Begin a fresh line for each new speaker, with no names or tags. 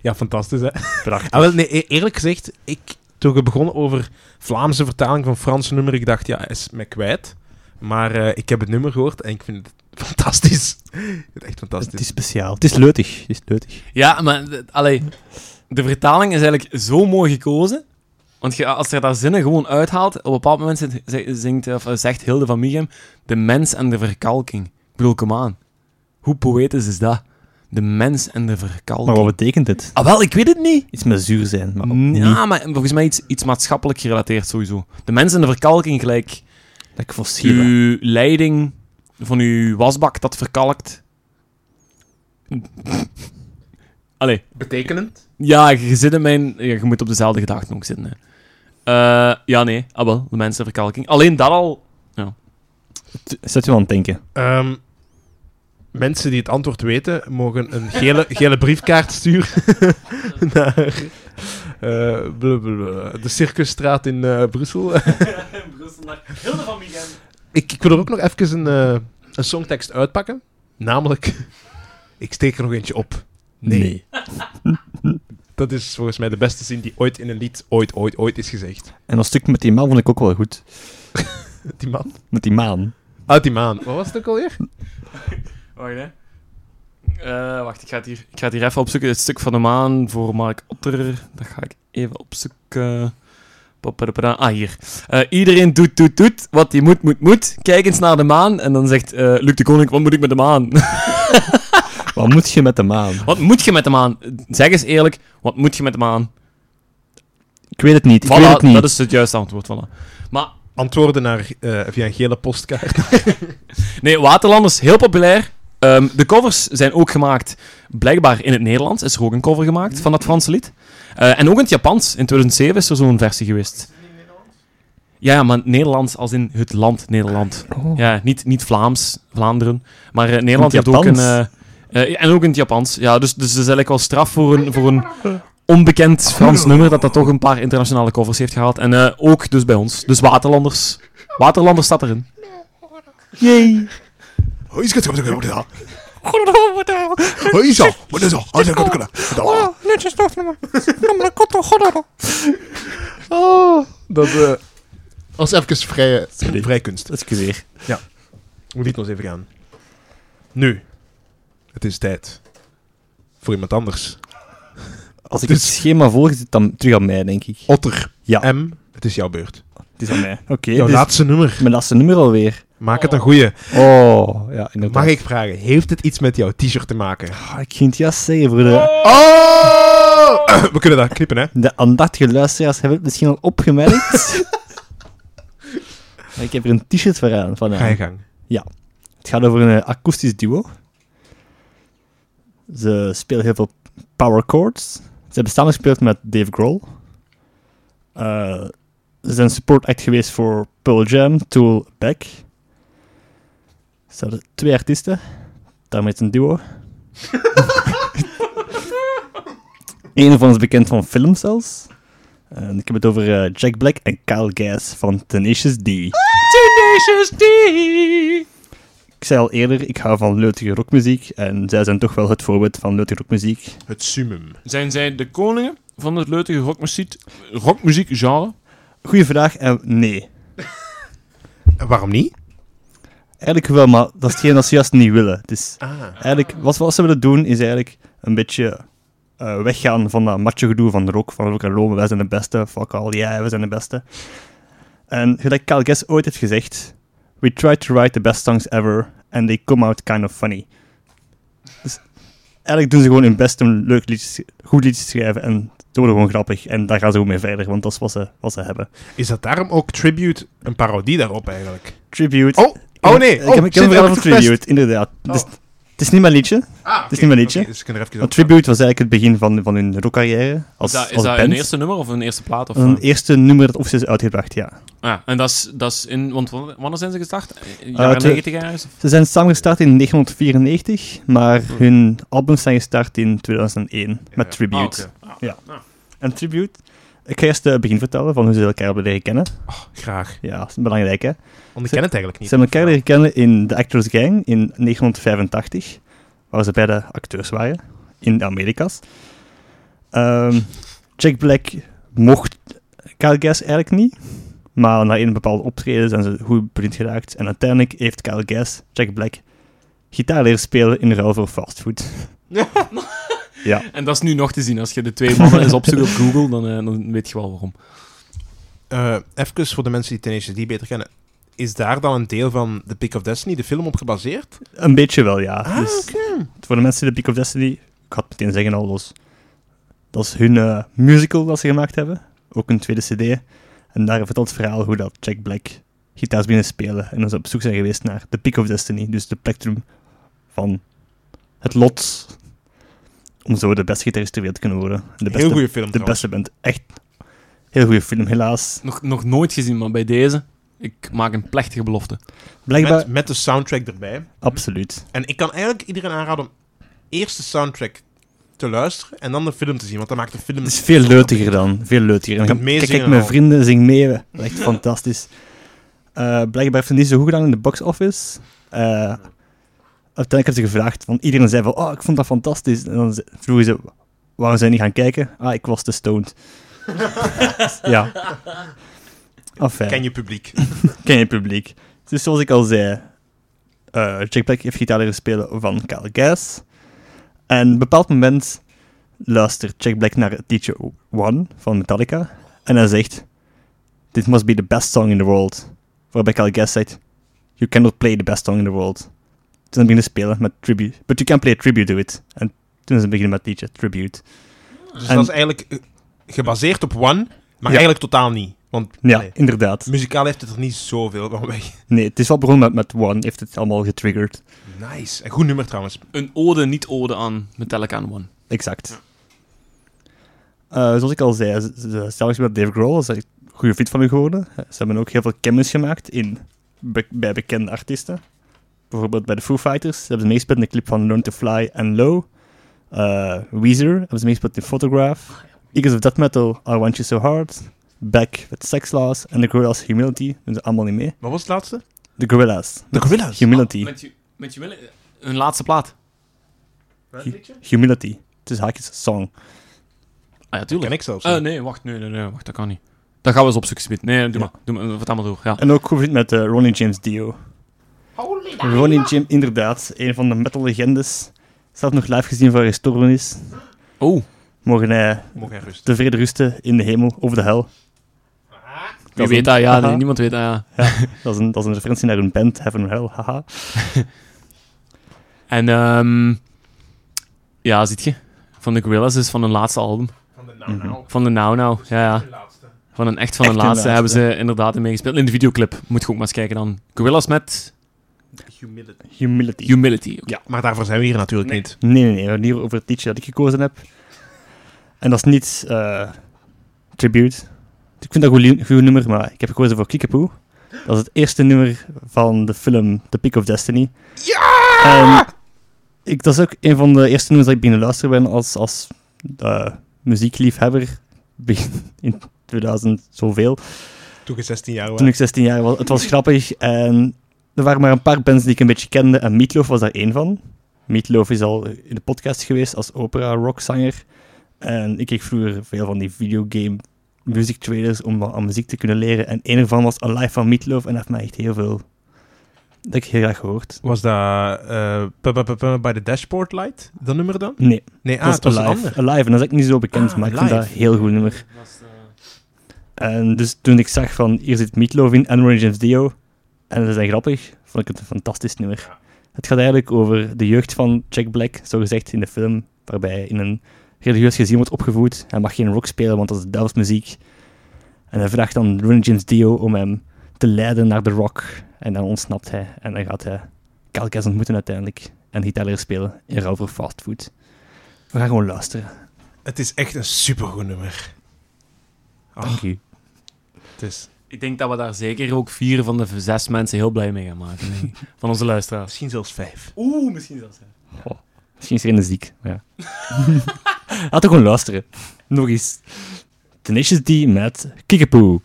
Ja, fantastisch, hè?
Prachtig.
Ah, wel, nee, e- eerlijk gezegd, ik, toen we begonnen over Vlaamse vertaling van Franse nummer, ik dacht, ja, hij is mij kwijt. Maar eh, ik heb het nummer gehoord en ik vind het fantastisch. Ik vind het echt
Het
fantastisch.
is speciaal. Het is leutig. Het is leutig.
Ja, maar d- allee, de vertaling is eigenlijk zo mooi gekozen. Want je, als je daar zinnen gewoon uithaalt, op een bepaald moment zit- z- zingt, of zegt Hilde van Michem de mens en de verkalking. Ik bedoel, kom aan. Hoe poëtisch is dat? De mens en de verkalking.
Maar wat betekent dit?
Ah, wel, ik weet het niet. Oh,
Iets met zuur zijn, maar ook niet
Ja, maar volgens mij iets, iets maatschappelijk gerelateerd sowieso. De mens en de verkalking gelijk.
dat ik fossiel ben.
Uw leiding van uw wasbak dat verkalkt. Allee.
Betekenend?
Ja, je zit in mijn... ja, je moet op dezelfde gedachten ook zitten. Hè. Eh, ja, nee. Ah, wel. De mensenverkalking. Alleen dat al...
Zet je wel aan het denken.
Ehm, mensen die het antwoord weten, mogen een gele, gele briefkaart sturen naar eh, blablabla, de Circusstraat in eh, Brussel.
Hilde van Michem.
Ik, ik wil er ook nog even een, eh, een songtekst uitpakken. Namelijk, ik steek er nog eentje op. Dat is volgens mij de beste zin die ooit in een lied ooit, ooit, ooit is gezegd.
En dat stuk met die maan vond ik ook wel goed.
Die man.
Met die maan.
Uit die maan. Wat was het ook alweer?
Wacht, hè. Eh, wacht, ik ga, het hier, ik ga het hier even opzoeken. Het stuk van de maan voor Mark Otter. Dat ga ik even opzoeken. Papadappada. Ah, hier. Eh, iedereen doet, doet, doet wat hij moet, moet, moet. Kijk eens naar de maan. En dan zegt eh, Luc de Koning, wat moet ik met de maan?
Wat moet je met de maan?
wat moet je met de maan? Zeg eens eerlijk, wat moet je met de maan?
Ik weet het niet. Ik
Voilà,
weet het niet.
dat is het juiste antwoord. Voilà. Maar
Antwoorden naar, eh, via een gele postkaart.
nee, Waterland is heel populair. Ehm, de covers zijn ook gemaakt, blijkbaar in het Nederlands is er ook een cover gemaakt van dat Franse lied. Eh, en ook in het Japans, in 2007 is er zo'n versie geweest. Ja, ja, maar Nederlands als in het land Nederland.
Oh.
Ja, niet, niet Vlaams, Vlaanderen. Maar eh, Nederland
In het
heeft ook een...
Japans?
eh, eh, en ook in het Japans. Ja, dus, dus dat is eigenlijk wel straf voor een, voor een onbekend Frans nummer dat dat toch een paar internationale covers heeft gehaald. En eh, ook dus bij ons. Dus Waterlanders. Waterlanders staat erin.
Jee.
Hoi, is het goed? Wat is dat? Hoi, is dat? Wat is dat? Hoi, is dat?
Netjes afnemen. Kom maar, kot toch,
Oh, dat eh, was even vrije, vrij kunst.
Dat is weer.
Hoe liet ons even gaan. Nu. Het is tijd. Voor iemand anders.
Als ik het
dus-
schema volg, is het dan terug aan mij, denk ik.
Otter.
Ja.
M. Het is jouw beurt.
Het is aan mij. Oké.
Jouw
dus
laatste nummer.
Mijn laatste nummer alweer.
Maak het een goeie.
Oh, ja, inderdaad.
Mag ik vragen, heeft het iets met jouw t-shirt te maken?
Ah, ik ging het juist zeggen, voor de,
Oh! We kunnen dat knippen, hè?
de aandachtige luisteraars hebben het misschien al opgemerkt. Maar ik heb er een t-shirt voor aan
Ga je
vandaag.
gang.
Het gaat over een eh, akoestisch duo. Ze spelen heel veel power chords. Ze hebben samen gespeeld met Dave Grohl. Eh, ze zijn support act geweest voor Pearl Jam, Tool, Beck. Ze hadden twee artiesten. Daarmee is het een duo. Eén van ons bekend van film zelfs. En ik heb het over eh, Jack Black en Kyle Gass van Tenacious D.
Tenacious D.
Ik zei al eerder, ik hou van leutige rockmuziek. En zij zijn toch wel het voorbeeld van leutige rockmuziek.
Het summum.
Zijn zij de koningen van het leutige rockmuziek, rockmuziekgenre?
Goeie vraag, en nee.
En Eh, Waarom niet?
Eigenlijk wel, maar dat is hetgeen dat ze juist niet willen. Dus
Ah.
eigenlijk, wat, wat ze willen doen, is eigenlijk een beetje eh, weggaan van dat matje gedoe van de rock, van rock en roll. Wij zijn de beste, fuck all, ja, wij zijn de beste. En gelijk Kyle Guess ooit heeft gezegd, we try to write the best songs ever, and they come out kind of funny. Dus eigenlijk doen ze gewoon hun best om leuk liedjes, goed liedjes te schrijven en ze worden gewoon grappig. En daar gaan ze ook mee verder, want dat is wat ze, wat ze hebben.
Is dat daarom ook Tribute een parodie daarop eigenlijk?
Tribute.
Oh, oh nee.
Ik
Oh,
heb, ik heb
zit
een
er
verhaal
ook
van
het best?
Tribute, inderdaad.
Oh.
Dus, het is niet mijn liedje,
Ah,
is niet mijn liedje.
dus ik kan er even
Want Tribute was eigenlijk het begin van, van hun rockcarrière. Als,
Is dat, is
als
dat
band.
een eerste nummer of een eerste plaat? Of, eh? Ah,
Een e- eerste nummer dat officieel is uitgebracht, ja.
ja, en dat is, dat is in... Want wa- wanneer zijn ze gestart? In
Eh,
jaren
twee-
90 ergens? of-
Ze zijn samen gestart in 1994, maar
Hm.
hun albums zijn gestart in 2001 met Tribute.
Ah, oké.
Ja. En Tribute, ik ga eerst eh, het begin vertellen van hoe ze elkaar hebben leren kennen.
Graag.
Ja, dat is belangrijk hè.
Want ik ken het eigenlijk niet.
Ze hebben elkaar leren kennen in The Actors Gang in 1985, waar ze beide acteurs waren in de Amerika's. Ehm, Jack Black mocht Kyle Gass eigenlijk niet. Maar na een bepaalde optreden zijn ze goed bevriend geraakt. En uiteindelijk heeft Kyle Gass, Jack Black, gitaar leren spelen in ruil voor fastfood. Ja.
En dat is nu nog te zien. Als je de twee mannen eens opzoekt op Google, dan, eh, dan weet je wel waarom.
Eh, even voor de mensen die Tenacious D beter kennen. Is daar dan een deel van The Pick of Destiny, de film, op gebaseerd?
Een beetje wel, ja.
Ah,
Dus voor de mensen die de Peak of Destiny, ik had meteen zeggen al, dat is, dat is hun eh, musical dat ze gemaakt hebben. Ook een tweede cd. En daar vertelt het verhaal hoe dat Jack Black gitaars binnen spelen. En dat ze op zoek zijn geweest naar de Peak of Destiny. Dus de plectrum van het lot. Om zo de beste gitarist ter wereld te kunnen worden. De beste,
Heel goede film
de
trouwens.
beste band. Echt heel goede film, helaas.
Nog, nog nooit gezien, maar bij deze, ik maak een plechtige belofte.
Blijkbaar,
Met, met de soundtrack erbij.
absoluut.
En ik kan eigenlijk iedereen aanraden om eerst de soundtrack te luisteren en dan de film te zien. Want dat maakt de film...
Het is veel leutiger dan. Veel leutiger. En
Je
dan
kunt
kijk ik
meezingen
mijn
al.
vrienden, zing mee. Echt fantastisch. Eh, blijkbaar heeft het niet zo goed gedaan in de box office. Eh, uiteindelijk hebben ze gevraagd, want iedereen zei van, oh, ik vond dat fantastisch. En dan ze- vroegen ze, waarom zijn niet gaan kijken? Ah, ik was te stoned. ja. Enfin,
Ken je publiek.
ken je publiek. Dus zoals ik al zei, eh Jack Black heeft gitaar leren spelen van Kyle Gass. En op een bepaald moment luistert Jack Black naar Teacher One van Metallica. En hij zegt, This must be the best song in the world. Waarbij Kyle Gass zegt, You cannot play the best song in the world. Toen zijn ze beginnen spelen met Tribute. But you can play a tribute to it. En toen ze beginnen met Teacher Tribute.
Dus
En-
dat is eigenlijk eh, gebaseerd op One, maar
Ja.
eigenlijk totaal niet. Want
Ja,
nee,
inderdaad.
muzikaal heeft het er niet zoveel van weg.
Nee, het is wel begonnen met, met One, heeft het allemaal getriggerd.
Nice. Een goed nummer trouwens.
Een ode, niet ode aan Metallica aan One.
Exact. Eh, zoals ik al zei, ze- ze- zelfs met Dave Grohl is er een goede fit van me geworden. Eh, Ze hebben ook heel veel kennis gemaakt in, be- bij bekende artiesten. Bijvoorbeeld bij de Foo Fighters. Ze hebben ze meegespeeld in de clip van Learn to Fly en Low. Eh, Weezer hebben ze meegespeeld in Photograph. Eagles of Death Metal, I Want You So Hard. Back with Sex Laws en The Gorillaz Humility. Doen ze allemaal niet mee.
Wat was het laatste?
The Gorillaz.
De Gorillas.
Humility.
Met, je- met je willen- hun laatste plaat.
Humility. Het is haakjes song.
Ah ja,
Ken
tuurlijk.
ik zelfs.
Eh, nee, wacht, nee, nee, nee, wacht, dat kan niet. Dat gaan we eens opzoeken, Smit. Nee, doe
Ja.
maar. Doe maar, eh, vertel maar door. Ja.
En ook goed vriend met eh, Ronnie James Dio. Ronnie James, inderdaad, een van de metal legendes. Zelf nog live gezien van Restoren is.
Oh,
Mogen hij
Mocht hij rusten.
tevreden rusten in de hemel over de hel.
wie
is
weet
een-
dat? Ja,
haha.
nee, niemand weet dat, ja.
Dat is, een, dat is een referentie naar hun band, Heaven or Hell, haha.
En, ehm ja, ziet je? Van de Gorillaz is van hun laatste album.
Van de
nou, nou.
Van de Now Now, ja, ja. Van een echt van
Echt
een
hun
laatste, hebben
laatste.
ze inderdaad in meegespeeld. In de videoclip, moet je ook maar eens kijken dan. Gorillaz met
Humility.
Humility.
Humility. oké.
Ja, maar daarvoor zijn we hier natuurlijk
Nee.
niet.
nee, nee, nee, we hebben hier over het liedje dat ik gekozen heb. En dat is niet eh, Tribute. Ik vind dat een goed, li- goed nummer, maar ik heb gekozen voor Kickapoo. Dat is het eerste nummer van de film The Peak of Destiny. Ja! ik, dat is ook een van de eerste nummers dat ik binnen luisteren ben als, als eh, muziekliefhebber. Begin in 2000 zoveel.
Toen je 16 jaar was.
Toen ik 16 jaar was. Het was grappig en er waren maar een paar bands die ik een beetje kende en Meatloaf was daar één van. Meatloaf is al in de podcast geweest als opera rockzanger. En ik kreeg vroeger veel van die videogame music trailers om wat aan muziek te kunnen leren. En één ervan was Alive van Meatloaf en dat heeft mij echt heel veel... Dat heb ik heel graag gehoord.
Was dat eh, pu- pu- pu- pu- bij de Dashboard Light, dat nummer dan?
Nee,
Nee, ah,
dat
het was
was
een
Alive.
ander.
Alive, en dat is echt niet zo bekend,
Ah,
maar ik vind dat een
Alive.
heel goed nummer.
Dat is, eh,
En dus toen ik zag van hier zit Meatloaf in en Ronnie James Dio en dat is grappig, vond ik het een fantastisch nummer. Het gaat eigenlijk over de jeugd van Jack Black, zogezegd in de film, waarbij hij in een religieus gezin wordt opgevoed. Hij mag geen rock spelen, want dat is duivelsmuziek. En hij vraagt dan Ronnie James Dio om hem te leiden naar de rock. En dan ontsnapt hij en dan gaat hij Calcas ontmoeten uiteindelijk en gitaar leren spelen in ruil voor fastfood. We gaan gewoon luisteren.
Het is echt een supergoed nummer. Ah,
Dank u.
het is
Ik denk dat we daar zeker ook vier van de v- zes mensen heel blij mee gaan maken. denk ik. van onze luisteraars.
misschien zelfs vijf.
Oeh, misschien zelfs.
Misschien is iedereen ziek. maar Ja. Laten we gewoon luisteren. Nog eens. Tenacious D met Kickapoo.